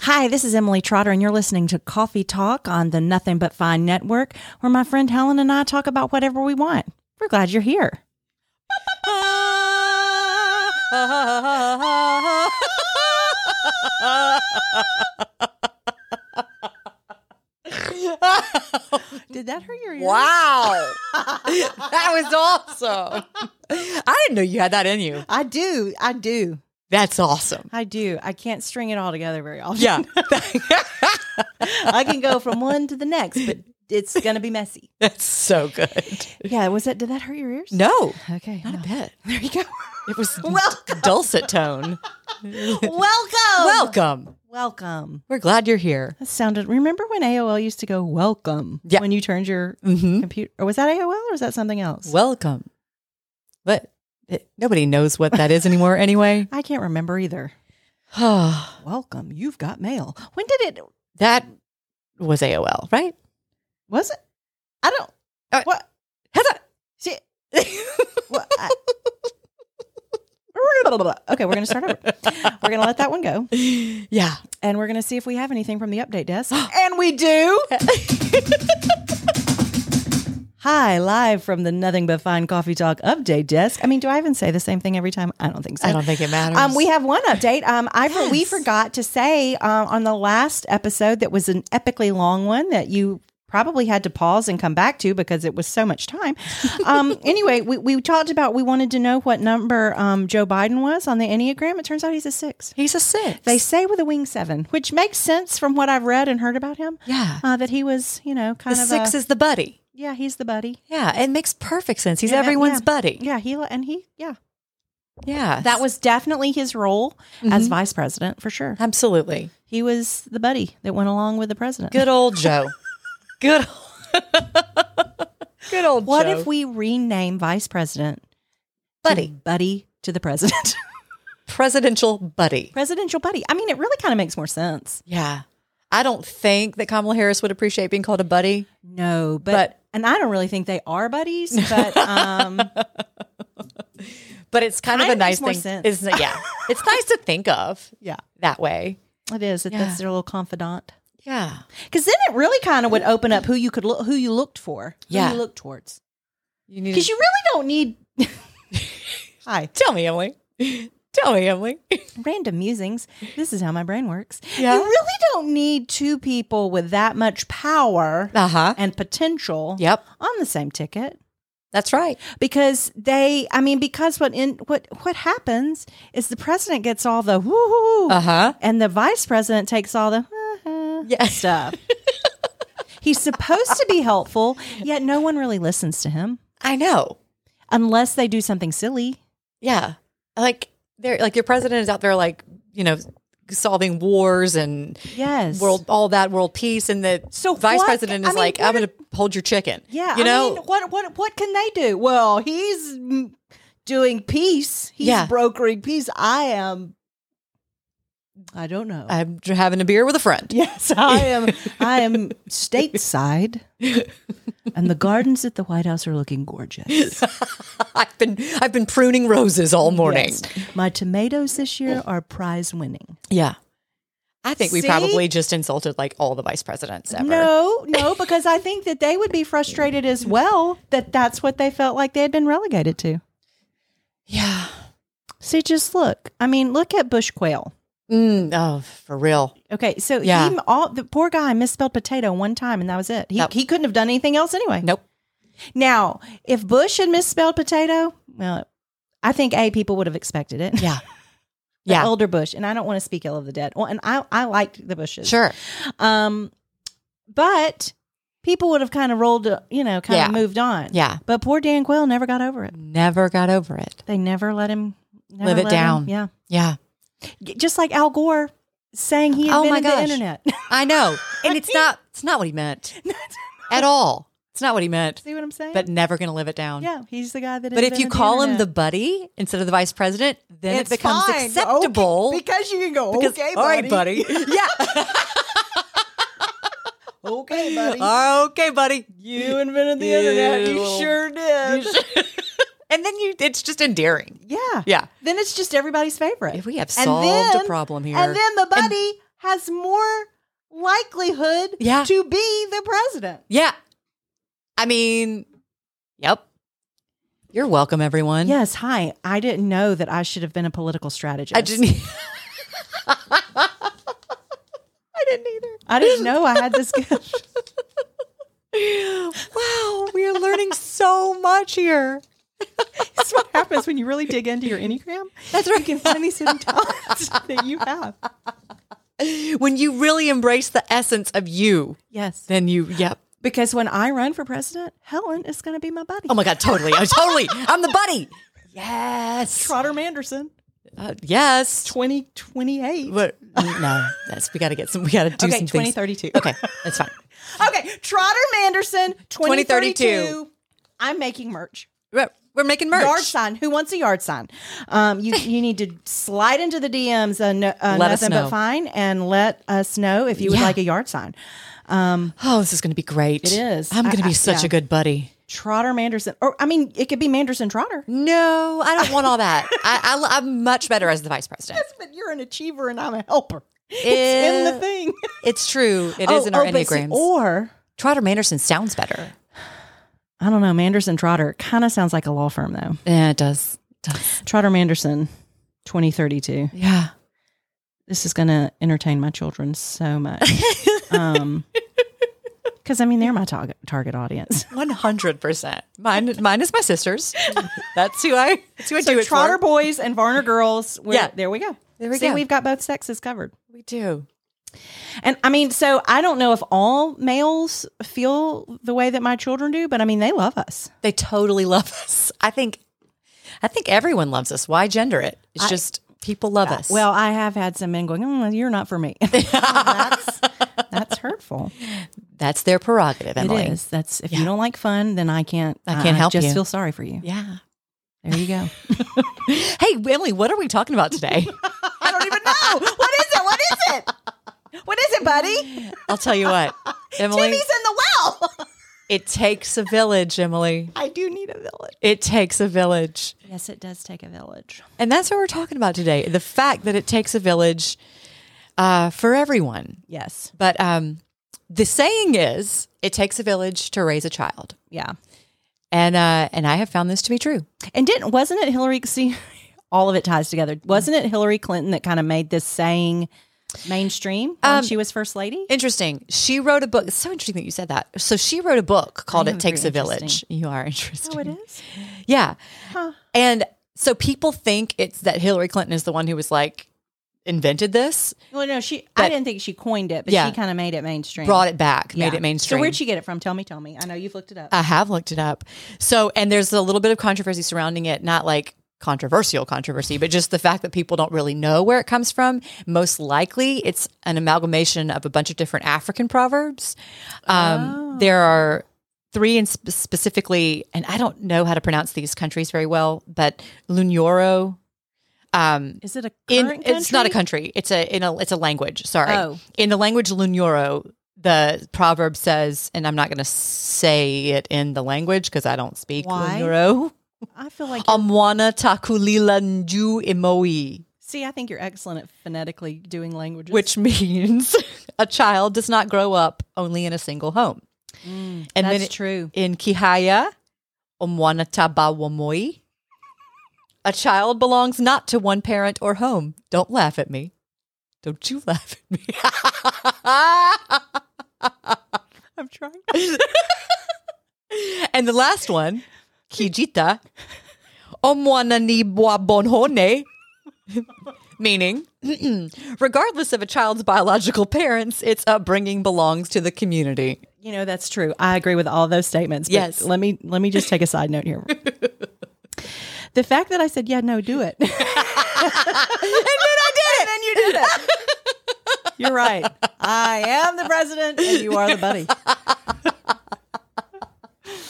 Hi, this is Emily Trotter, and you're listening to Coffee Talk on the Nothing But Fine Network, where my friend Helen and I talk about whatever we want. We're glad you're here. Did that hurt your ears? Wow. that was awesome. I didn't know you had that in you. I do. I do. That's awesome. I do. I can't string it all together very often. Yeah. I can go from one to the next, but it's going to be messy. That's so good. Yeah, was that did that hurt your ears? No, Okay. not a well, bit. There you go. It was Welcome. dulcet tone. Welcome. Welcome. Welcome. We're glad you're here. That sounded remember when AOL used to go welcome Yeah. when you turned your Mm-hmm. computer or was that AOL or was that something else? Welcome. But it, nobody knows what that is anymore anyway. I can't remember either. that Welcome. You've got mail. When did it was AOL, right? was it? I don't Uh, what Heather. she, what I, Okay, we're going to start over. We're going to let that one go yeah. and we're going to see if we have anything from the update desk. and we do. Hi, live from the Nothing But Fine Coffee Talk update desk. I mean, do I even say the same thing every time? I don't think so. I don't think it matters. Um, we have one update. Um, I for- we Yes. forgot to say uh, on the last episode that was an epically long one that you probably had to pause and come back to because it was so much time. Um, anyway, we, we talked about we wanted to know what number um, Joe Biden was on the Enneagram. It turns out he's a six. He's a six. They say with a wing seven, which makes sense from what I've read and heard about him. yeah. Uh, that he was, you know, The kind of six a, is the buddy. yeah, he's the buddy. Yeah, it makes perfect sense. He's Yeah, everyone's yeah. buddy. Yeah, he and he, yeah, Yeah, that was definitely his role as vice president for sure. absolutely He was the buddy that went along with the president. good old Joe. good, ol- good old. What Joe. if we rename vice president to buddy buddy to the president? presidential buddy? Presidential buddy. I mean, it really kind of makes more sense. Yeah, I don't think that Kamala Harris would appreciate being called a buddy. No, but, But- and I don't really think they are buddies, but um, But it's kind, of a Kinda makes nice more thing, sense. isn't it? Yeah, it's nice to think of yeah, that way. it is. It, Yeah. That's their little confidant. Yeah, Because then it really kind of would open up who you could look, who you looked for, who Yeah. you looked towards. you need. Because To- you really don't need. Hi, tell me, Emily. Tell me, Emily. random musings. This is how my brain works. Yeah. You really don't need two people with that much power Uh huh. and potential Yep, on the same ticket that's right. because they i mean because what in what what happens is the president gets all the woo Uh huh. and the vice president takes all the uh-huh Yeah. stuff he's supposed to be helpful yet no one really listens to him I know. unless they do something silly Yeah. Like they're like your president is out there like, you know, solving wars and yes world all that world peace and the So vice what- president I is mean, like, what I'm gonna hold your chicken. yeah You I know mean, what what what can they do well he's mm, doing peace he's Yeah. brokering peace i am i don't know I'm dr- having a beer with a friend. Yes, I am. I am stateside, and the gardens at the White House are looking gorgeous. I've been I've been pruning roses all morning. Yes. My tomatoes this year are prize winning. Yeah. I think we See? probably just insulted like all the vice presidents ever. No, no, because I think that they would be frustrated as well that that's what they felt like they had been relegated to. Yeah. See, just look. I mean, look at Bush Quail. Mm, oh, for real. Okay, so Yeah. he, all the poor guy misspelled potato one time, and that was it. He Yep. he couldn't have done anything else anyway. Nope. Now, if Bush had misspelled potato, well, I think a people would have expected it. Yeah. the Yeah. older Bush, and I don't want to speak ill of the dead. Well, and I I liked the Bushes, Sure. Um, but people would have kind of rolled, uh, you know, kind Yeah. of moved on. Yeah. But poor Dan Quayle never got over it. Never got over it. They never let him never Live it let him- down. yeah, Yeah. G- just like Al Gore saying he Oh invented my the gosh. internet. I know. And it's not it's not what he meant at all. It's not what he meant. See what I'm saying? But never gonna live it down. yeah, he's the guy that. But if you invented call him the internet. buddy instead of the vice president, then It's it becomes fine. acceptable. Okay, because you can go because- okay, buddy. all right, buddy. Okay, buddy. yeah. okay, buddy. You invented the internet. You You- sure did. And then you it's just endearing. yeah. Yeah. Then it's just everybody's favorite. If we have And solved then- a problem here. And then the buddy has more likelihood Yeah. to be the president. Yeah. I mean, yep. You're welcome, everyone. Yes, hi. I didn't know that I should have been a political strategist. I didn't. e- I didn't either. I didn't know I had this gift. wow, we are learning so much here. That's what happens when you really dig into your Enneagram. That's right. You can find these hidden talents that you have. When you really embrace the essence of you, Yes. then you, yep. Because when I run for president, Helen is going to be my buddy. Oh my God, totally. I totally. I'm the buddy. Yes. Trotter Manderson, Uh, yes. 2028. But no, that's, we got to get some, we got to do okay, some things. 2032. Okay, that's fine. Okay, Trotter Manderson, 2032. 2032. I'm making merch. We're, we're making merch. Yard sign. Who wants a yard sign? Um, you you need to slide into the DMs and uh, Let us nothing know. but fine, and let us know if you would Yeah. like a yard sign. Oh, this is going to be great. It is. I'm I- going to be I- such yeah. a good buddy. Trotter Manderson, or I mean, it could be Manderson Trotter. No, I don't want all that. I, I, am much better as the vice president. But you're an achiever, and I'm a helper. It's in Eh, the thing. It's true. It is in our Uh, oh, but see, enneagrams. or Trotter Manderson sounds better. I don't know, Manderson Trotter kind of sounds like a law firm though. Yeah, it does. It does. Trotter Manderson, 2032. Yeah. This is going to entertain my children so much. um, because I mean, they're my target target audience. One hundred percent. Mine, mine is my sister's. That's who I. That's who I do So it Trotter for. boys and Varner girls. we're- Yeah. there we go. There we See, go. we've got both sexes covered. We do. And I mean, so I don't know if all males feel the way that my children do, but I mean, they love us. They totally love us. I think. I think everyone loves us. Why gender it? It's just people love us. Well, I have had some men going, "Mm, "You're not for me." that's, that's hurtful. that's their prerogative, It Emily. is. That's if you don't like fun, then I can't. I can't help Just you. feel sorry for you. Yeah. There you go. Hey, Emily, what are we talking about today? I don't even know what is it. What is it? What is it, buddy? I'll tell you what, Emily. the well. It takes a village, Emily. I do need a village. It takes a village. Yes, it does take a village. And that's what we're talking about today. The fact that it takes a village uh, for everyone. Yes. But um, the saying is, it takes a village to raise a child. Yeah. And, uh, and I have found this to be true. And didn't wasn't it Hillary? See, all of it ties together. Wasn't it Hillary Clinton that kind of made this saying mainstream when she was first lady? Interesting. She wrote a book. It's so interesting that you said that. So she wrote a book called am It Takes a very Village. You are interesting. Oh, it is. Yeah. And so people think it's that Hillary Clinton is the one who was like, invented this, Well, no, she. But- I didn't think she coined it, but Yeah. she kind of made it mainstream. brought it back, Yeah. made it mainstream. So where'd she get it from? Tell me, tell me. I know you've looked it up. I have looked it up. So, and there's a little bit of controversy surrounding it, not like controversial controversy, but just the fact that people don't really know where it comes from. Most likely, it's an amalgamation of a bunch of different African proverbs. Um, Oh. There are three, and sp- specifically, and I don't know how to pronounce these countries very well, but Lunyoro. Um, Is it a in current it's not a country. It's a in a it's a language. Sorry, Oh. in the language Lunyoro, the proverb says, and I'm not going to say it in the language because I don't speak Why? Lunyoro. I feel Oh. like Amwana takulila nju imoi, see, I think you're excellent at phonetically doing languages. which means a child does not grow up only in a single home. and Mm, that's then it- true. in Kihaya, Omwana tabawamoi, a child belongs not to one parent or home. Don't laugh at me. Don't you laugh at me. I'm trying. and the last one, Kijita, Omwana ni bwa bonhone, meaning, regardless of a child's biological parents, its upbringing belongs to the community. You know that's true. I agree with all those statements. but Yes. Let me let me just take a side note here. the fact that I said yeah, no, do it, and then I did it, and you did it. You're right. I am the president, and you are the buddy. you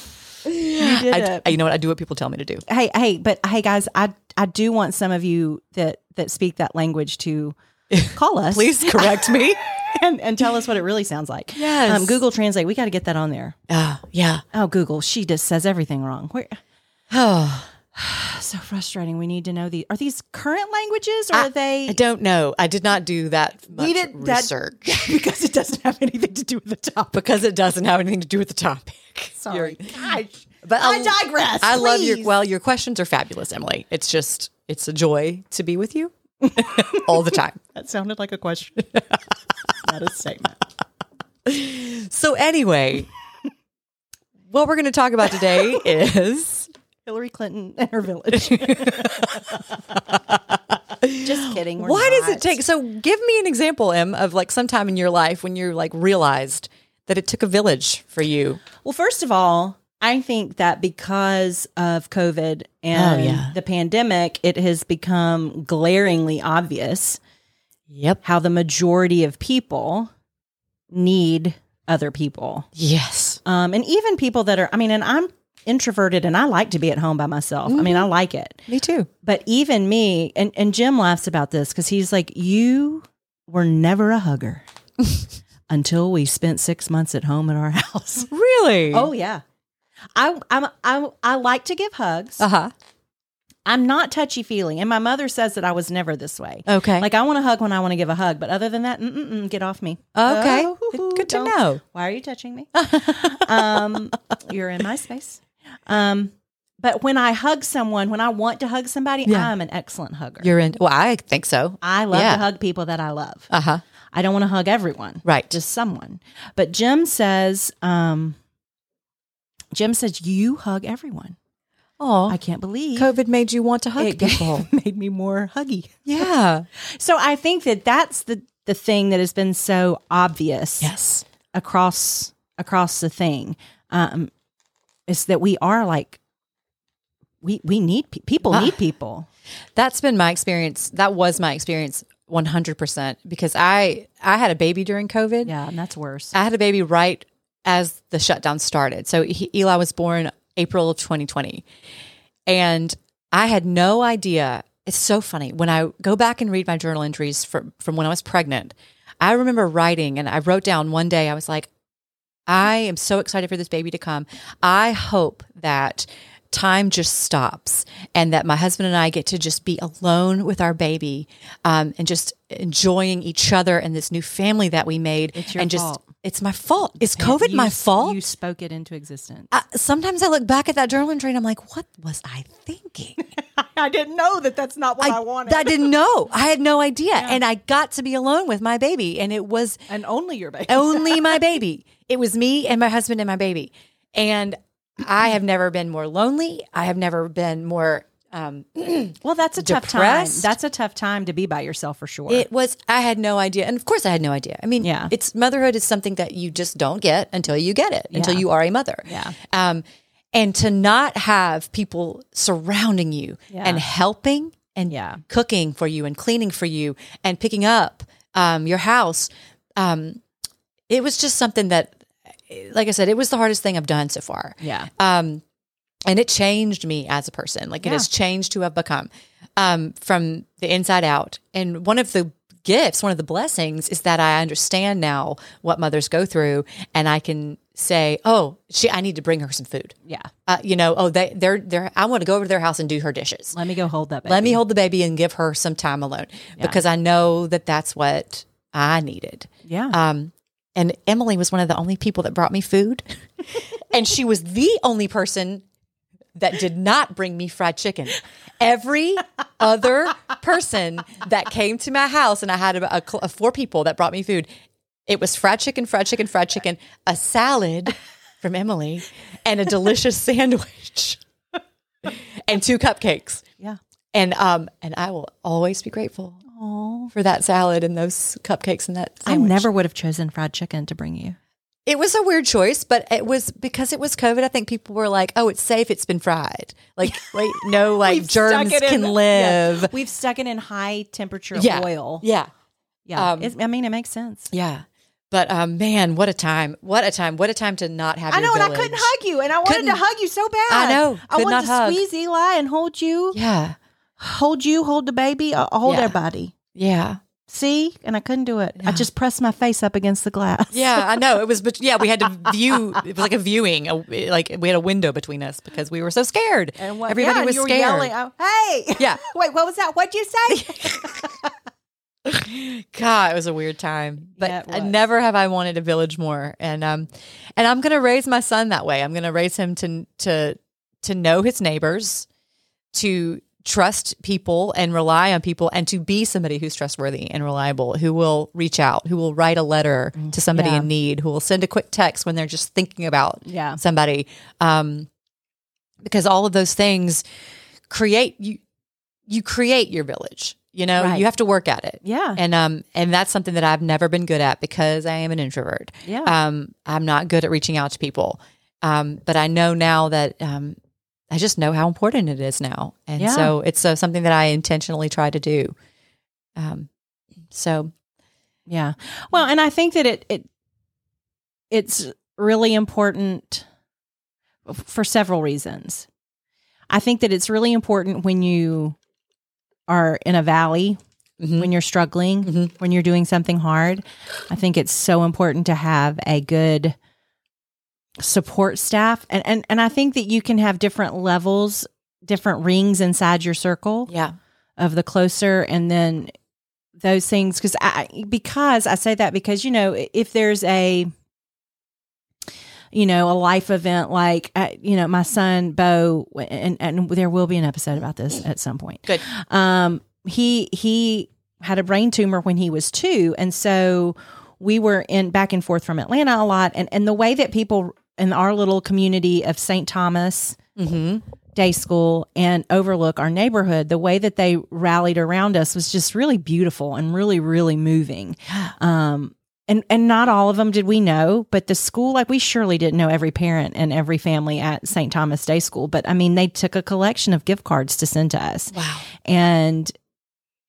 did I, it. I- you know what? I do what people tell me to do. hey hey but hey guys i i do want some of you that that speak that language to call us Please correct me. and, and tell us what it really sounds like Yes. um, google translate we got to get that on there Oh, yeah. oh google she just says everything wrong where Oh, so frustrating. We need to know these. Are these current languages or are they? I don't know. I did not do that much We did that- research because it doesn't have anything to do with the topic. because it doesn't have anything to do with the topic. Sorry, gosh. But um, I digress, I love your please. well. Your questions are fabulous, Emily. It's just it's a joy to be with you all the time. That sounded like a question, not a statement. So anyway, what we're going to talk about today is Hillary Clinton and her village. Just kidding. we're why does not. it take? So give me an example, Em, of like sometime in your life when you like realized that it took a village for you. Well, first of all, I think that because of COVID and Oh, yeah. the pandemic, it has become glaringly obvious Yep. how the majority of people need other people. Yes. Um, and even people that are, I mean, and I'm introverted and I like to be at home by myself. I mean, Mm-hmm. I like it. Me too. But even me, and, and Jim laughs about this because he's like, You were never a hugger until we spent six months at home at our house. Really? Oh yeah, I I'm, I I like to give hugs. Uh huh. I'm not touchy feely, and my mother says that I was never this way. Okay. Like I want to hug when I want to give a hug, but other than that, mm-mm, get off me. Okay. Oh, Good- good to don't- know. Why are you touching me? um, you're in my space. Um, but when I hug someone, when I want to hug somebody, Yeah. I'm an excellent hugger. You're in. Well, I think so. I love Yeah. to hug people that I love. Uh huh. I don't want to hug everyone. Right. Just someone. But Jim says, um, Jim says, you hug everyone. Oh, I can't believe COVID made you want to hug it people. made me more huggy. yeah. So I think that that's the, the thing that has been so obvious Yes. across across the thing um, is that we are like we we need pe- people Ah. need people. That's been my experience. That was my experience 100% because I I had a baby during COVID. Yeah, and that's worse. I had a baby right as the shutdown started. So he, Eli was born April of 2020. And I had no idea. It's so funny. When I go back and read my journal entries from, from when I was pregnant, I remember writing and I wrote down one day, I was like, I am so excited for this baby to come. I hope that time just stops and that my husband and I get to just be alone with our baby um, and just enjoying each other and this new family that we made. It's your and just, fault. It's my fault. Is COVID You- my fault? You spoke it into existence. I, sometimes I look back at that journal entry and I'm like, what was I thinking? I didn't know that. That's not what I didn't know. I had no idea. And I got to be alone with my baby. And it was and only your baby. only my baby. It was me and my husband and my baby. And I have never been more lonely. I have never been more. Um, Well, that's a Depressed? tough time. That's a tough time to be by yourself for sure. it was, I had no idea. And of course, I had no idea. I mean, Yeah. it's motherhood is something that you just don't get until you get it, until Yeah. you are a mother. Yeah. Um, and to not have people surrounding you Yeah. and helping and Yeah. cooking for you and cleaning for you and picking up um, your house. Um, it was just something that, like I said, it was the hardest thing I've done so far. yeah. Um, and it changed me as a person. Like it Yeah. has changed who I've become um, from the inside out. And one of the gifts, one of the blessings is that I understand now what mothers go through and I can say, oh, she, I need to bring her some food. Yeah. Uh, you know, oh, they, they're, they're, I want to go over to their house and do her dishes. Let me go hold that baby. Let me hold the baby and give her some time alone because I know that that's what I needed. Yeah. Um, and Emily was one of the only people that brought me food. and she was the only person that did not bring me fried chicken. Every other person that came to my house, and I had a, a cl- a four people that brought me food, it was fried chicken, fried chicken, fried chicken, a salad from Emily, and a delicious sandwich, and two cupcakes. yeah. And um, and I will always be grateful for that salad and those cupcakes and that. I Sandwich. never would have chosen fried chicken to bring you. It was a weird choice, but it was because it was COVID. I think people were like, "Oh, it's safe. It's been fried. Like, wait, no, like germs can live." We've stuck it in high temperature Yeah. oil. Yeah, Yeah. Um, It's- I mean, it makes sense. yeah. But um, man, what a time! What a time! What a time to not have. I your know, and I village. couldn't hug you, and I wanted to Couldn't. hug you so bad. I know. I Could wanted not to hug. squeeze Eli and hold you, Yeah, hold you, hold the baby, uh, hold Yeah. everybody. yeah. see, and I couldn't do it. I just pressed my face up against the glass. Yeah, I know. It was, but yeah, we had to view. It was like a viewing. A, like we had a window between us because we were so scared. And what, Everybody yeah, and was you were scared. Yelling, oh, hey, Yeah. Wait, what was that? What'd you say? God, it was a weird time. But Yeah, it I was. never have I wanted a village more. And um and I'm gonna raise my son that way. I'm gonna raise him to to to know his neighbors, to trust people and rely on people and to be somebody who's trustworthy and reliable, who will reach out, who will write a letter to somebody Mm, Yeah. in need, who will send a quick text when they're just thinking about yeah. somebody um because all of those things create you you create your village you know Right. you have to work at it Yeah. and um and that's something that I've never been good at because I am an introvert Yeah. um I'm not good at reaching out to people um but I know now that um I just know how important it is now and Yeah. so it's uh, something that I intentionally try to do um so Yeah. Well, and I think that it it it's really important f- for several reasons. I think that it's really important when you are in a valley, mhm. when you're struggling, Mhm. when you're doing something hard. I think it's so important to have a good support staff and and and I think that you can have different levels, different rings inside your circle yeah of the closer and then those things because i because i say that because you know if there's a you know a life event like uh, you know my son bo and and there will be an episode about this at some point Good. um he he had a brain tumor when he was two and so we were in back and forth from atlanta a lot and and the way that people in our little community of st thomas mhm day school and overlook our neighborhood the way that they rallied around us was just really beautiful and really really moving um and and not all of them did we know but the school like we surely didn't know every parent and every family at St. Thomas Day School but I mean they took a collection of gift cards to send to us wow and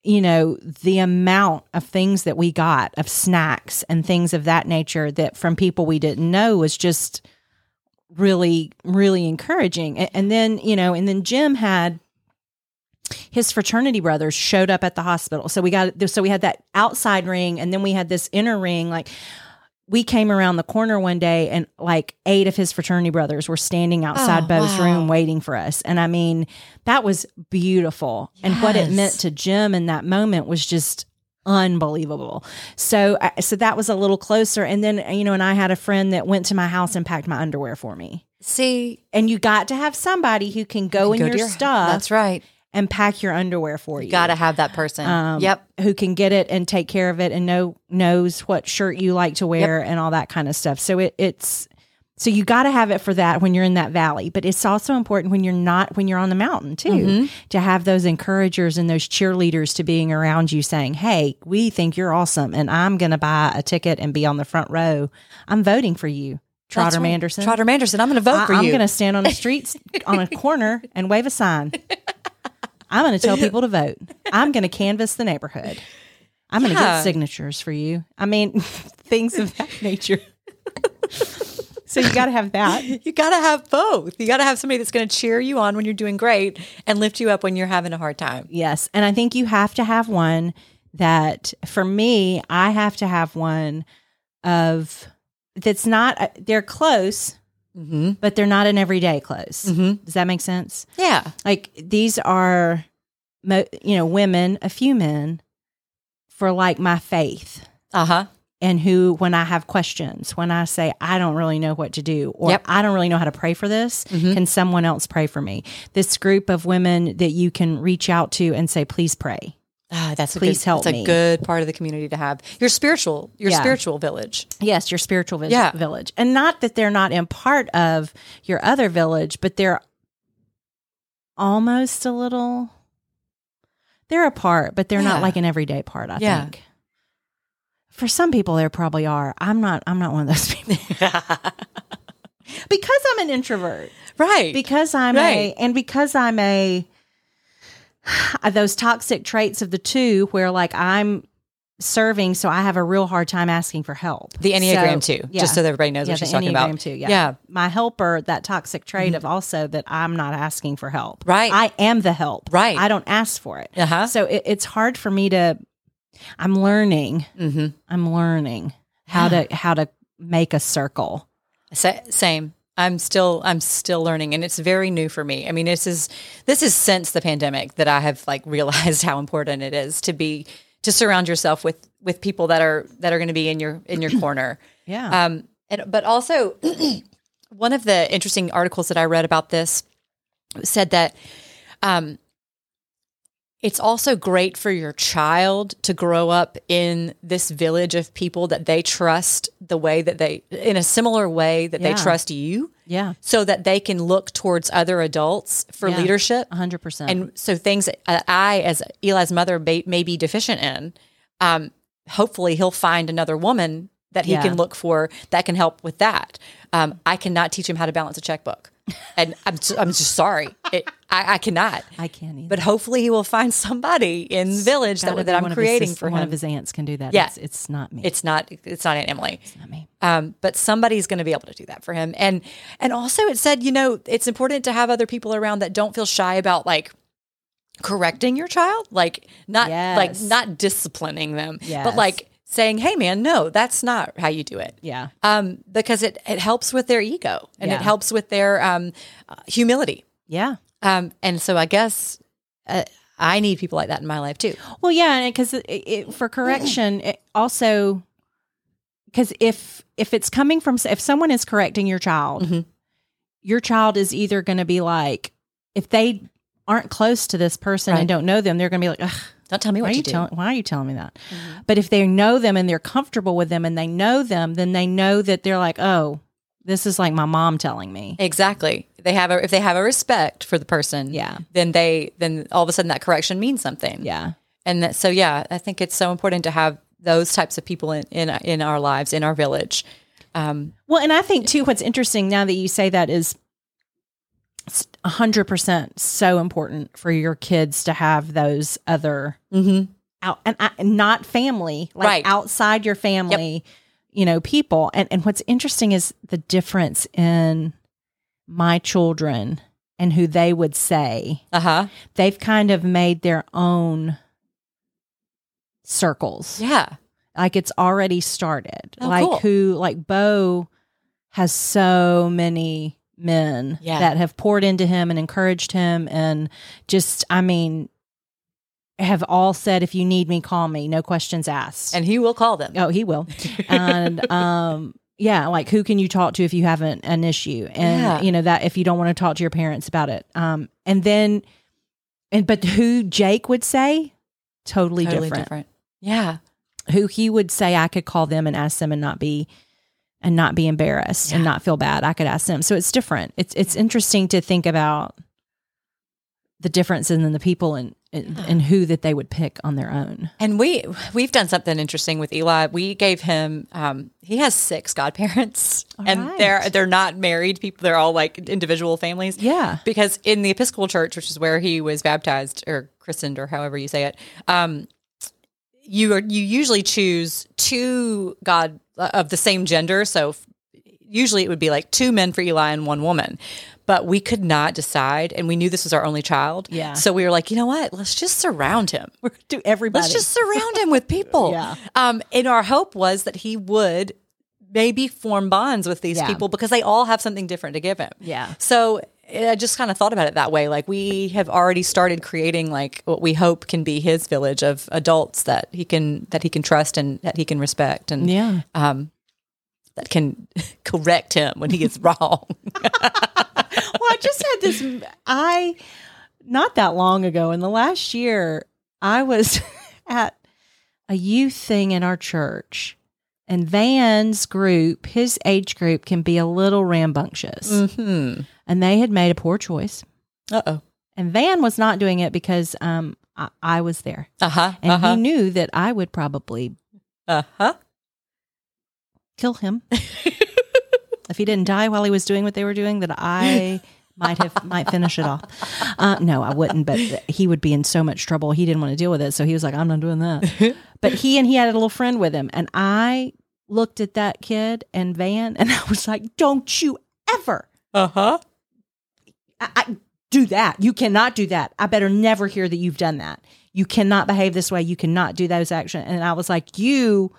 you know the amount of things that we got of snacks and things of that nature that from people we didn't know was just really really encouraging and, and then you know and then jim had his fraternity brothers showed up at the hospital so we got so we had that outside ring and then we had this inner ring like we came around the corner one day and like eight of his fraternity brothers were standing outside Oh, bo's wow. room waiting for us and i mean that was beautiful and what it Yes. meant to jim in that moment was just unbelievable so I, so that was a little closer and then you know and i had a friend that went to my house and packed my underwear for me see and you got to have somebody who can go in go to your, stuff that's right and pack your underwear for you, you got to have that person yep who can get it and take care of it and know knows what shirt you like to wear and all that kind of stuff so it, it's so you got to have it for that when you're in that valley but it's also important when you're not when you're on the mountain too Mm-hmm. to have those encouragers and those cheerleaders to being around you saying hey we think you're awesome and i'm going to buy a ticket and be on the front row i'm voting for you trotter That's right. manderson Trotter Manderson. I'm going to vote I, for am you. going to stand on the streets on a corner and wave a sign. I'm going to tell people to vote. I'm going to canvass the neighborhood. I'm going to Yeah. get signatures for you. I mean, things of that nature. so you got to have that. you got to have both. You got to have somebody that's going to cheer you on when you're doing great and lift you up when you're having a hard time. Yes. And I think you have to have one that for me, I have to have one of that's not, uh, they're close, Mm-hmm. but they're not an everyday close. Mhm. Does that make sense? Yeah. like these are mo- you know women a few men for like my faith Uh Uh-huh. huh. and who when i have questions when i say i don't really know what to do or Yep. i don't really know how to pray for this can someone else pray for me this group of women that you can reach out to and say please pray Ah, that's a Please good, help That's me. a good part of the community to have your spiritual, your Yeah. spiritual village. Yes, your spiritual vis- Yeah. village. And not that they're not in part of your other village, but they're almost a little they're a part, but they're Yeah. not like an everyday part, I Yeah. think. For some people there probably are. I'm not I'm not one of those people. because I'm an introvert. right. Because I'm Right. a and because I'm a uh, those toxic traits of the two where like I'm serving so I have a real hard time asking for help. the Enneagram So- too, yeah. just so that everybody knows Yeah, what she's the talking about. Enneagram too, yeah. yeah. Mm-hmm. my helper that toxic trait of also that I'm not asking for help. Right. I am the help. Right. I don't ask for it. Uh-huh. So it, it's hard for me to I'm learning. Mm-hmm. I'm learning how to how to make a circle. Sa- same. I'm still I'm still learning and it's very new for me. I mean, this is this is since the pandemic that I have like realized how important it is to be to surround yourself with with people that are that are going to be in your in your corner. Yeah. Um and but also one of the interesting articles that I read about this said that um it's also great for your child to grow up in this village of people that they trust the way that they in a similar way that Yeah. they trust you yeah. so that they can look towards other adults for Yeah. leadership hundred percent. and so things that uh, I, as Eli's mother, may, may be deficient in. Um, hopefully, he'll find another woman that he Yeah. can look for that can help with that. Um, I cannot teach him how to balance a checkbook, and I'm just, I'm just sorry, it, I, I cannot. I can't either. But hopefully, he will find somebody in the village Gotta that, be that one I'm of his creating sis- for one him. of his aunts can do that. Yeah. It's, it's not me. it's not it's not Aunt Emily. not me. Um, but somebody's going to be able to do that for him. And and also it said, you know, it's important to have other people around that don't feel shy about like correcting your child, like not like Yes. not disciplining them, Yes. but like saying, "Hey man, no, that's not how you do it." Yeah. Um, because it it helps with their ego and Yeah. it helps with their um uh, humility. Yeah. Um, and so I guess uh, I need people like that in my life too. Well, yeah, because it, it, for correction, it also because if if it's coming from if someone is correcting your child, Mm-hmm. Mhm. your child is either going to be like, if they aren't close to this person and Right. don't know them, they're going to Mm-hmm. be like, Ugh, Don't tell me why what are you, you do. telling? Why are you telling me that? But if they know them and they're comfortable with them and they know them, then they know that they're like, oh, this is like my mom telling me. Exactly. They have a if they have a respect for the person, Yeah. Then they then all of a sudden that correction means something. Yeah, And that, so yeah, I think it's so important to have those types of people in in, in our lives in our village. Um, Well, and I think too, what's interesting now that you say that is it's 100% so important for your kids to have those other mm-hmm. out and I, not family, like Right. outside your family, you know, people. And and what's interesting is the difference in my children and who they would say. Uh huh. They've kind of made their own circles Yeah. like it's already started Oh, like cool. who like bo has so many men Yeah. that have poured into him and encouraged him and just i mean have all said if you need me call me no questions asked And he will call them. oh he will and um yeah like who can you talk to if you have an, an issue and Yeah. you know that if you don't want to talk to your parents about it um and then and but who jake would say totally, different Yeah. who he would say I could call them and ask them and not be and not be embarrassed and not feel bad. I could ask them. So it's different. It's it's interesting to think about the differences in the people and and, and who that they would pick on their own. And we we've done something interesting with Eli. We gave him um, he has six godparents, All and right. they're they're not married people. They're all like individual families. Yeah. because in the Episcopal Church, which is where he was baptized or christened or however you say it, um, you are you usually choose two god uh, of the same gender. So f- usually it would be like two men for Eli and one woman. But we could not decide, and we knew this was our only child. Yeah. So we were like, you know what? Let's just surround him. We're gonna do everybody. Let's just surround him with people. Yeah. Um, and our hope was that he would maybe form bonds with these Yeah. people because they all have something different to give him. Yeah. So eh, I just kind of thought about it that way. Like we have already started creating like what we hope can be his village of adults that he can that he can trust and that he can respect and yeah. um, that can correct him when he is wrong. well, I just had this. I not that long ago in the last year, I was at a youth thing in our church, and Van's group, his age group, can be a little rambunctious, mm-hmm. and they had made a poor choice, Uh oh. and Van was not doing it because um I, I was there, Uh huh. and Uh huh. he knew that I would probably Uh huh. kill him if he didn't die while he was doing what they were doing that i might have might finish it off uh, no i wouldn't but he would be in so much trouble he didn't want to deal with it so he was like i'm not doing that but he and he had a little friend with him and i looked at that kid and Uh-huh. van and i was like don't you ever Uh huh. I, I do that. You cannot do that. I better never hear that you've done that. You cannot behave this way. You cannot do those actions. And I was like, you,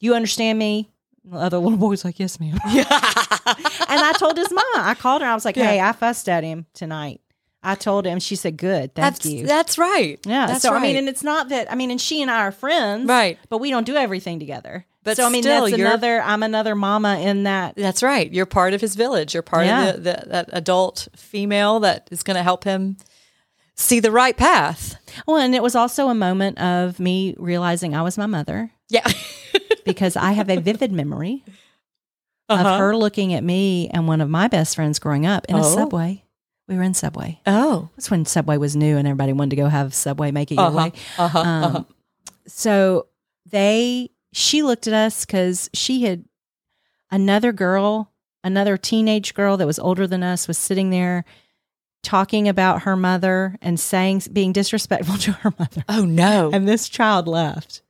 you understand me? And the other little boy's like, yes, ma'am. and I told his mom, I called her. I was like, hey, I fussed at him tonight. I told him. She said, good. Thank that's you. that's right. yeah. that's so, right. I mean, and it's not that, I mean, and she and I are friends. Right. But we don't do everything together. But so, I mean, still, that's you're- another, I'm another mama in that. that's right. You're part of his village. You're part Yeah. of the, the, that adult female that is going to help him see the right path. Well, and it was also a moment of me realizing I was my mother. Yeah. because I have a vivid memory Uh-huh. of her looking at me and one of my best friends growing up in a Oh. subway. We were in Subway. Oh. That's when Subway was new and everybody wanted to go have Subway make it your Uh-huh. way. Uh-huh. Um, uh-huh. So they, she looked at us because she had another girl, another teenage girl that was older than us, was sitting there talking about her mother and saying, being disrespectful to her mother. Oh no. And this child left.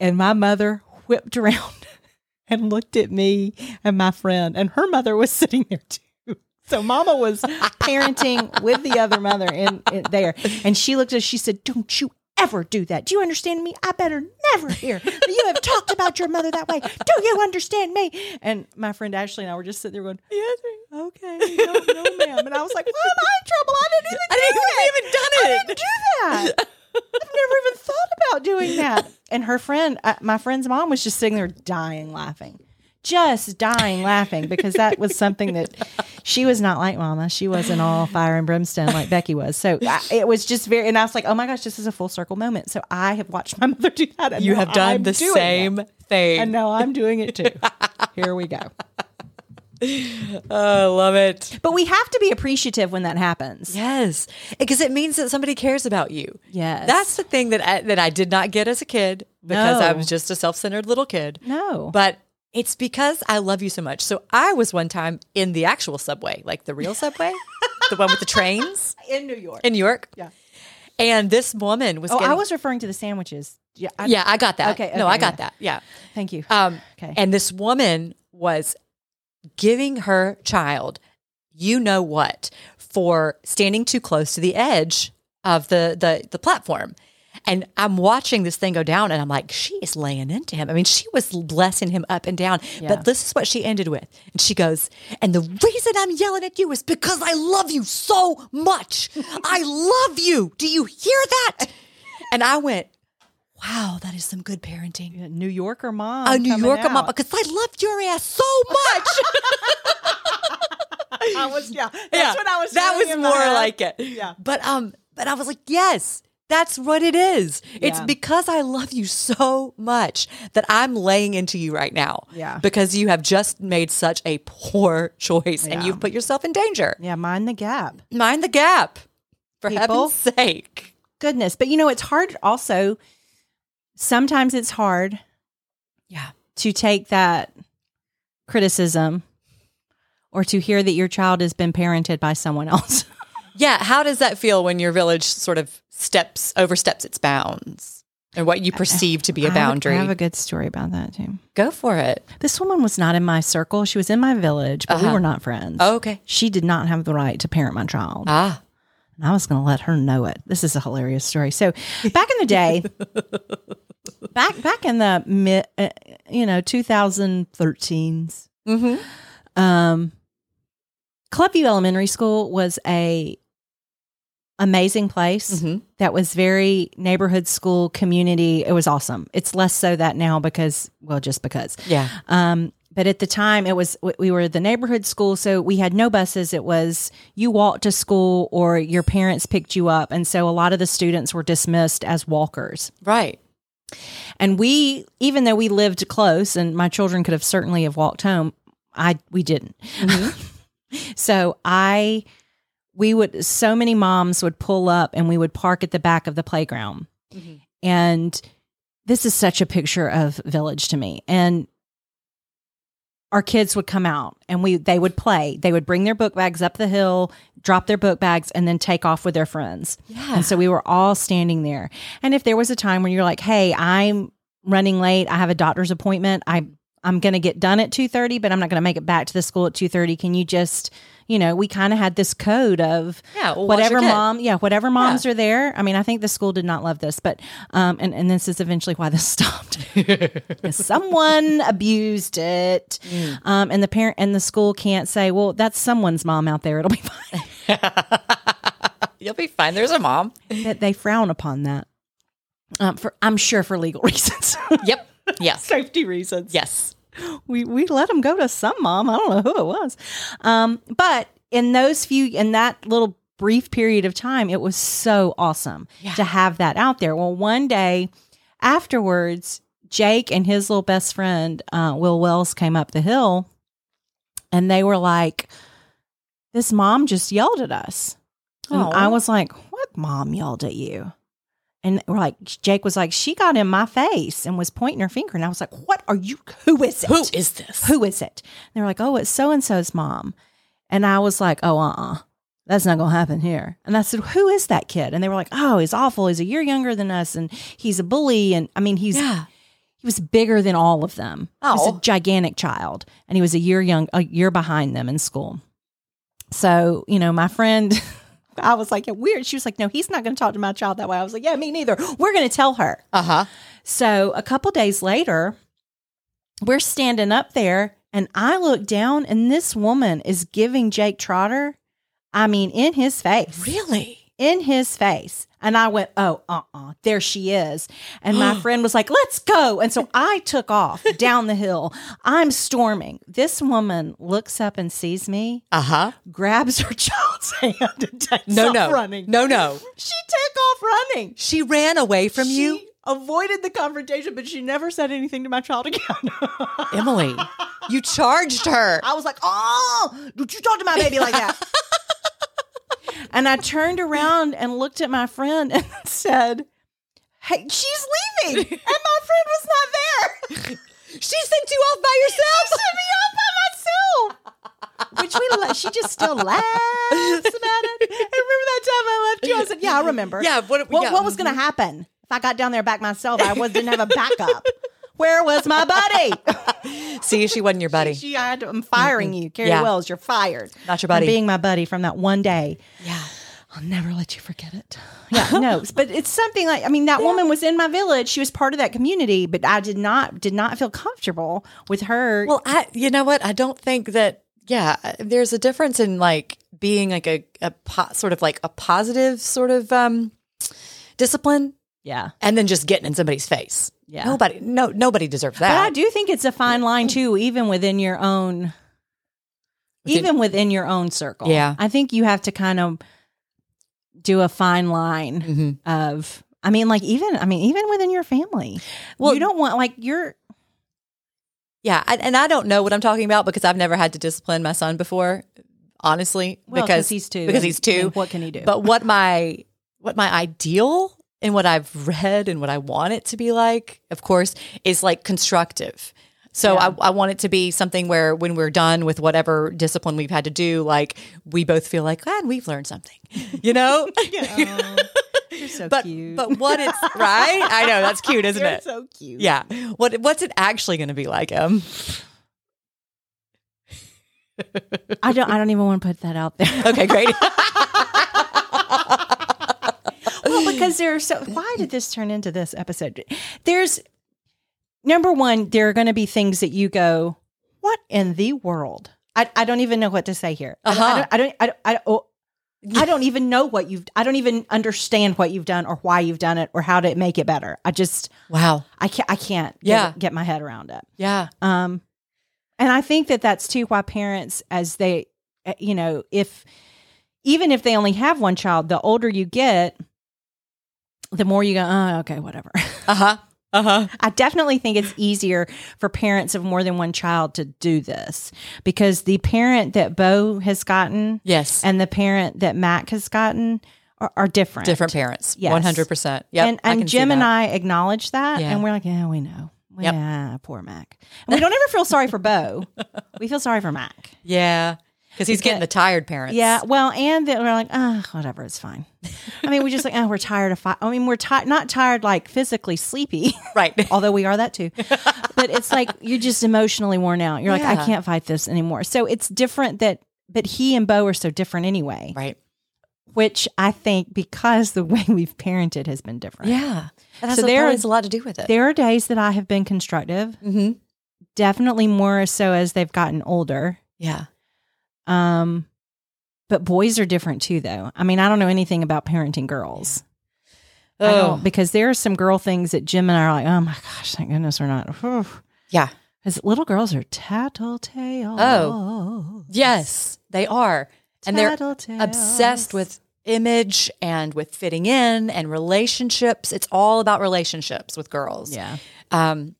And my mother whipped around and looked at me and my friend. And her mother was sitting there too. So mama was parenting with the other mother in, in there. And she looked at us, she said, Don't you ever do that. Do you understand me? I better never hear that you have talked about your mother that way. Do you understand me? And my friend Ashley and I were just sitting there going, Yes, ma'am. okay, no, no, ma'am. And I was like, Why am I in trouble? I didn't even I do didn't it. even done I it. didn't do that. I've never even thought about doing that. And her friend, uh, my friend's mom, was just sitting there dying laughing, just dying laughing because that was something that she was not like Mama. She wasn't all fire and brimstone like Becky was. So I, it was just very, and I was like, oh my gosh, this is a full circle moment. So I have watched my mother do that. And you now have done I'm the doing it. same thing. And now I'm doing it too. Here we go. Oh, I love it. But we have to be appreciative when that happens. Yes, because it means that somebody cares about you. Yes. that's the thing that I, that I did not get as a kid because I No. was just a self-centered little kid. No. But it's because I love you so much. So I was one time in the actual subway, like the real subway, the one with the trains in New York. in New York. Yeah. And this woman was Oh, getting I was referring to the sandwiches. Yeah. I, Yeah, I got that. Okay, no, okay, I got yeah. that. Yeah. Thank you. Um, Okay. And this woman was giving her child, you know what, for standing too close to the edge of the the, the platform. And I'm watching this thing go down, and I'm like, she is laying into him. I mean, she was blessing him up and down. Yeah. But this is what she ended with. And she goes, And the reason I'm yelling at you is because I love you so much. I love you. Do you hear that? And I went, Wow, that is some good parenting a New Yorker mom. a New coming Yorker mom out. because I loved your ass so much. I was yeah. That's Yeah, what I was. That feeling was in my more head. like it. Yeah. But um, but I was like, yes, that's what it is. It's Yeah. because I love you so much that I'm laying into you right now. Yeah. Because you have just made such a poor choice and Yeah. you've put yourself in danger. Yeah, mind the gap. Mind the gap, for People. heaven's sake. Goodness, but you know it's hard. Also, sometimes it's hard Yeah. to take that criticism or to hear that your child has been parented by someone else. Yeah. How does that feel when your village sort of steps oversteps its bounds? And what you perceive to be I a have a- boundary. I have a good story about that too. Go for it. This woman was not in my circle. She was in my village, but we Uh-huh. were not friends. okay. She did not have the right to parent my child. Ah. And I was going to let her know it. This is a hilarious story. So, back in the day, back back in the mid, uh, you know, 2013s, Mm-hmm. um, Clubview Elementary School was a amazing place Mhm. that was very neighborhood school community. It was awesome. It's less so that now because well, just because. Yeah. Um, but at the time, it was we- we were the neighborhood school, so we had no buses. It was you walked to school, or your parents picked you up, and so a lot of the students were dismissed as walkers. Right. And we, even though we lived close, and my children could have certainly have walked home, I we didn't. Mm-hmm. so I, we would so many moms would pull up, and we would park at the back of the playground, Mhm. and this is such a picture of village to me and our kids would come out and we they would play they would bring their book bags up the hill drop their book bags and then take off with their friends Yeah. and so we were all standing there and if there was a time when you're like hey i'm running late i have a doctor's appointment i i'm going to get done at 2:30 but i'm not going to make it back to the school at 2:30 can you just you know, we kind of had this code of Yeah, well, watch your whatever kid. mom, yeah, whatever moms are there. I mean, I think the school did not love this, but um, and and this is eventually why this stopped. someone abused it, Mm. um, and the parent and the school can't say, well, that's someone's mom out there. It'll be fine. You'll be fine. There's a mom. that they frown upon that. Um, for I'm sure for legal reasons, Yep. Yes. safety reasons. Yes. we we let him go to some mom. I don't know who it was, um, but in those few in that little brief period of time, it was so awesome to have that out there. Well, one day afterwards, Jake and his little best friend uh, Will Wells came up the hill, and they were like, "This mom just yelled at us," and Aw. I was like, "What mom yelled at you?" And we're like, Jake was like, she got in my face and was pointing her finger. And I was like, what are you? Who is it? Who is this? who is it? And they're like, oh, it's so and so's mom. And I was like, oh, uh uh-uh. uh. That's not going to happen here. And I said, who is that kid? And they were like, oh, he's awful. He's a year younger than us and he's a bully. And I mean, he's. Yeah. He was bigger than all of them. He was Oh. a gigantic child, and he was a year young, a year behind them in school. So you know, my friend, I was like, yeah, "Weird." She was like, "No, he's not going to talk to my child that way." I was like, "Yeah, me neither. We're going to tell her." Uh huh. So a couple days later, we're standing up there and I look down and this woman is giving Jake Trotter, I mean, in his face. Really? In his face. And I went, oh, uh uh there she is. And my friend was like, let's go. And so I took off down the hill. I'm storming. This woman looks up and sees me, Uh huh. grabs her child's hand, and takes No, off no. running. No, no. She took off running She ran away from you, she avoided the confrontation, but she never said anything to my child again. I Emily. You charged her. was like, "Oh, don't you talk to my baby like that." and I turned around and looked at my friend and said, "Hey, she's leaving," and my friend was not there. She sent you off by yourself. Still, which we la- she just still laughs about it. And remember that time I left you? I said, "Yeah, I remember." Yeah, what- mm-hmm. what, yeah, what was going to happen if I got down there back myself? I was didn't have a backup. Where was my buddy? See, she wasn't your buddy. She, I had to, I'm firing you, Carrie Yeah. Wells. You're fired. Not your buddy. For being my buddy from that one day. yeah. I'll never let you forget it. Yeah, no, but it's something like I mean, that woman was in my village. She was part of that community, but I did not did not feel comfortable with her. Well, I you know what? I don't think that yeah, uh, there's a difference in like being like a, a po- sort of like a positive sort of um discipline yeah, and then just getting in somebody's face. Yeah. Nobody no nobody deserves but I that. do think it's a fine line too, even within your own, Within- even within your own circle. Yeah. I think you have to kind of do a fine line Mhm. of. I mean, like even I mean, even within your family, well, you don't want like you're Yeah, I, and I don't know what I'm talking about because I've never had to discipline my son before, honestly, Well, because he's two. because and- he's two. and what can he do? but what my what my ideal and what I've read and what I want it to be like, of course, is like constructive. So I, I want it to be something where when we're done with whatever discipline we've had to do, like we both feel like, glad we've learned something, you know? Oh, you're so but cute. but what it's right? I know that's cute, isn't you're it? so cute. yeah. What what's it actually going to be like? Um. I don't. I don't even want to put that out there. Okay, great. well, because there's so. Why did this turn into this episode? There's number one. There are going to be things that you go, "What in the world?" I, I don't even know what to say here. I don't- Uh-huh. I don't. I don't. I don't, I don't oh, I don't even know what you've. I don't even understand what you've done or why you've done it or how to make it better. I just. wow. I can't. I can't. get- Yeah. get my head around it. Yeah. Um, and I think that that's too why parents, as they, uh, you know, if even if they only have one child, the older you get, the more you go, oh, okay, whatever. Uh huh. Uh huh. I definitely think it's easier for parents of more than one child to do this because the parent that Bo has gotten Yes. and the parent that Mac has gotten are, are different. Different parents. Yes. One hundred percent. Yeah. and and Jim and I acknowledge that, Yeah. and we're like, yeah, we know. Yep. Yeah, poor Mac. And we don't ever feel sorry for Bo. We feel sorry for Mac. Yeah. Because he's getting the tired parents. Yeah. Well, and then we're like, ah, whatever, it's fine. I mean, we just like, oh, we're tired of fight. I mean, we're tired, not tired like physically sleepy, Right. although we are that too. But it's like you're just emotionally worn out. You're like, I Yeah. can't fight this anymore. So it's different that but he and Bo are so different anyway, Right. which I think because the way we've parented has been different. Yeah. And that's So so there- there is a lot to do with it. There are days that I have been constructive, mm-hmm. definitely more so as they've gotten older. Yeah. Um, but boys are different too, though. I mean, I don't know anything about parenting girls. I Oh. don't, because there are some girl things that Jim and I are like, oh my gosh, thank goodness we're not. Yeah. Because little girls are tattletales. Oh. Yes, they are. And they're Tattletales. obsessed with image and with fitting in and relationships. It's all about relationships with girls. Yeah. Um,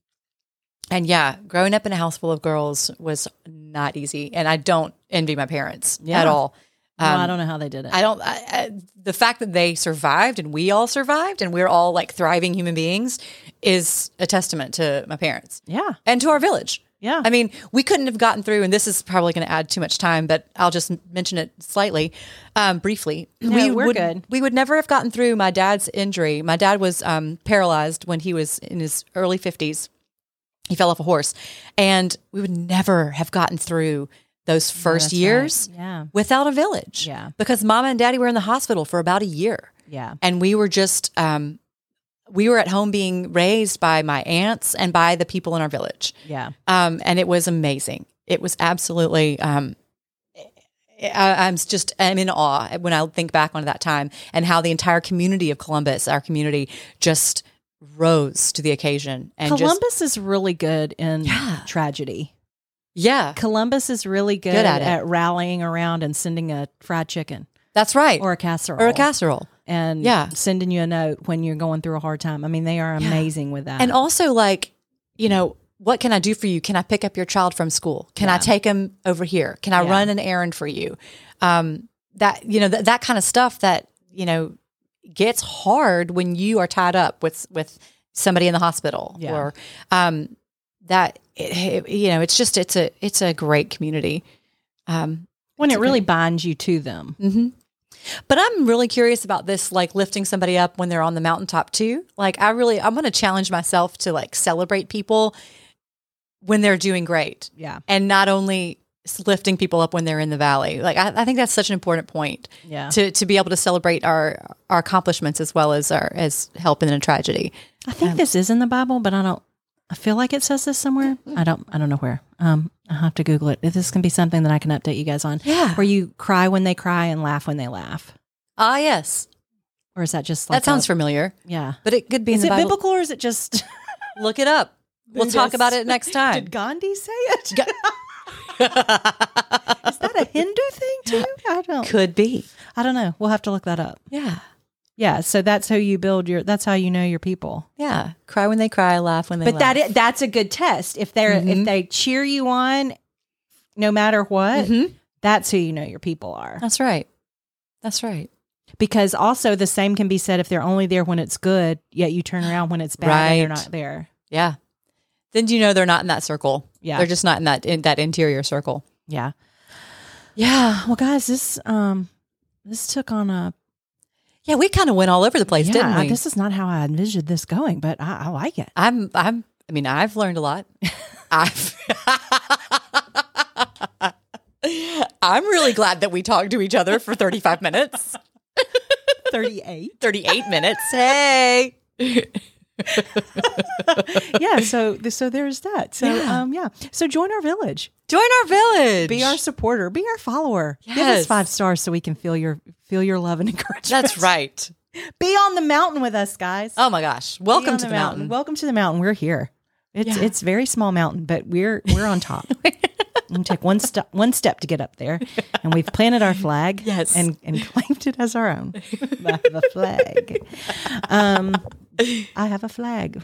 and yeah, growing up in a house full of girls was not easy. And I don't envy my parents Yeah. at all. no, I don't know how they did it. um, I don't. I, I, the fact that they survived and we all survived and we're all like thriving human beings is a testament to my parents yeah. and to our village. Yeah. I mean, we couldn't have gotten through, and this is probably going to add too much time, but I'll just m- mention it slightly, um, briefly. we're would, good. We would never have gotten through my dad's injury. My dad was um, paralyzed when he was in his early 50s. He fell off a horse, and we would never have gotten through those first right. years Yeah. without a village. Yeah. Because mama and daddy were in the hospital for about a year Yeah. and we were just um, we were at home being raised by my aunts and by the people in our village Yeah. um, and it was amazing it was absolutely um, I, i'm just i'm in awe when i think back on that time and how the entire community of columbus our community just rose to the occasion and just Columbus is really good in Yeah. tragedy. yeah Columbus is really good, Good at, at it. rallying around and sending a fried chicken that's right or a casserole or a casserole and Yeah. sending you a note when you're going through a hard time. I mean, they are amazing with that. And also, like, you know, what can I do for you? Can I pick up your child from school? Can I take him over here? Can I Yeah. run an errand for you? Um, that you know th- that kind of stuff that you know gets hard when you are tied up with with somebody in the hospital Yeah. or um, that it, it- you know it's just it's a it's a great community. Um, when it really binds you to them. but I'm really curious about this, like lifting somebody up when they're on the mountaintop too. Like I really, I'm going to challenge myself to like celebrate people when they're doing great, Yeah. and not only s- lifting people up when they're in the valley. Like I, I think that's such an important point Yeah. to to be able to celebrate our our accomplishments as well as our as helping in a tragedy. I think this is in the Bible, but I don't. I feel like it says this somewhere. Mm-hmm. I don't. I don't know where. Um, I have to Google it. This can be something that I can update you guys on. Yeah. Where you cry when they cry and laugh when they laugh, Ah, yes, or is that just like that sounds a- familiar, yeah. but it could be Is in it the Bible. biblical or is it just? Look it up. We'll talk Buddhist? about it next time. Did Gandhi say it? is that a Hindu thing too? I don't. could be. I don't know. We'll have to look that up. Yeah. Yeah. So that's how you build your. That's how you know your people. Yeah, cry when they cry, laugh when they But laugh. that is, that's a good test. If they're if they cheer you on, no matter what, that's who you know your people are. That's right. That's right. Because also the same can be said if they're only there when it's good, yet you turn around when it's bad and they're Right. not there. Yeah. Then you know they're not in that circle. Yeah. They're just not in that in that interior circle. Yeah. Yeah. Well, guys, this um this took on a Yeah, we kind of went all over the place, didn't yeah. we? This is not how I envisioned this going, but I, I like it. I'm I'm I mean, I've learned a lot. I've I'm really glad that we talked to each other for 35 minutes, Thirty eight. 38 minutes. Hey. yeah. So so there's that. So um yeah. So join our village. Join our village. Be our supporter. Be our follower. Give us Yes. five stars so we can feel your feel your love and encouragement. That's right. Be on the mountain with us, guys. Oh my gosh. Be on Welcome to the mountain. Welcome to the mountain. We're here. It's Yeah. it's a very small mountain, but we're we're on top. we take one step one step to get up there, and we've planted our flag. Yes. and and claimed it as our own. I have a flag. Um, I have a flag.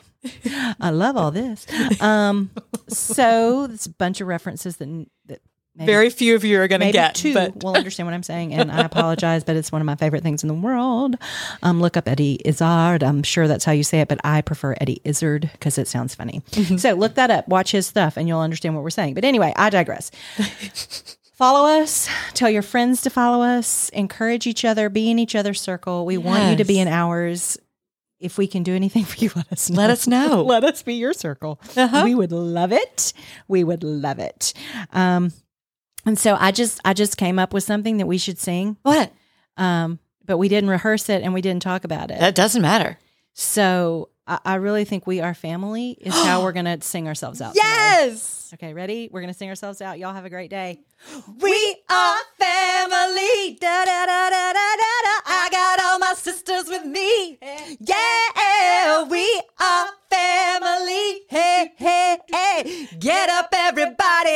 I love all this. Um, so it's a bunch of references that that maybe Very few of you are going to maybe get, two but will understand what I'm saying. And I apologize, but it's one of my favorite things in the world. Um, look up Eddie Izzard. I'm sure that's how you say it, but I prefer Eddie Izzard because it sounds funny. Mm-hmm. So look that up, watch his stuff, and you'll understand what we're saying. But anyway, I digress. follow us, tell your friends to follow us, encourage each other, be in each other's circle. We want you to be Yes. in ours. If we can do anything for you, let us know. let us know. Let us Uh-huh. be your circle. We would love it. We would love it. Um, And so I just I just came up with something that we should sing, What? um, but we didn't rehearse it and we didn't talk about it. That doesn't matter. so I, I really think we are family is how we're gonna sing ourselves out. tonight. Yes. Okay, ready? We're gonna sing ourselves out. Y'all have a great day. We are family. Da, da, da, da, da, da, da. I got all my sisters with me. Yeah, we are family. Hey, hey, hey. Get up, everybody.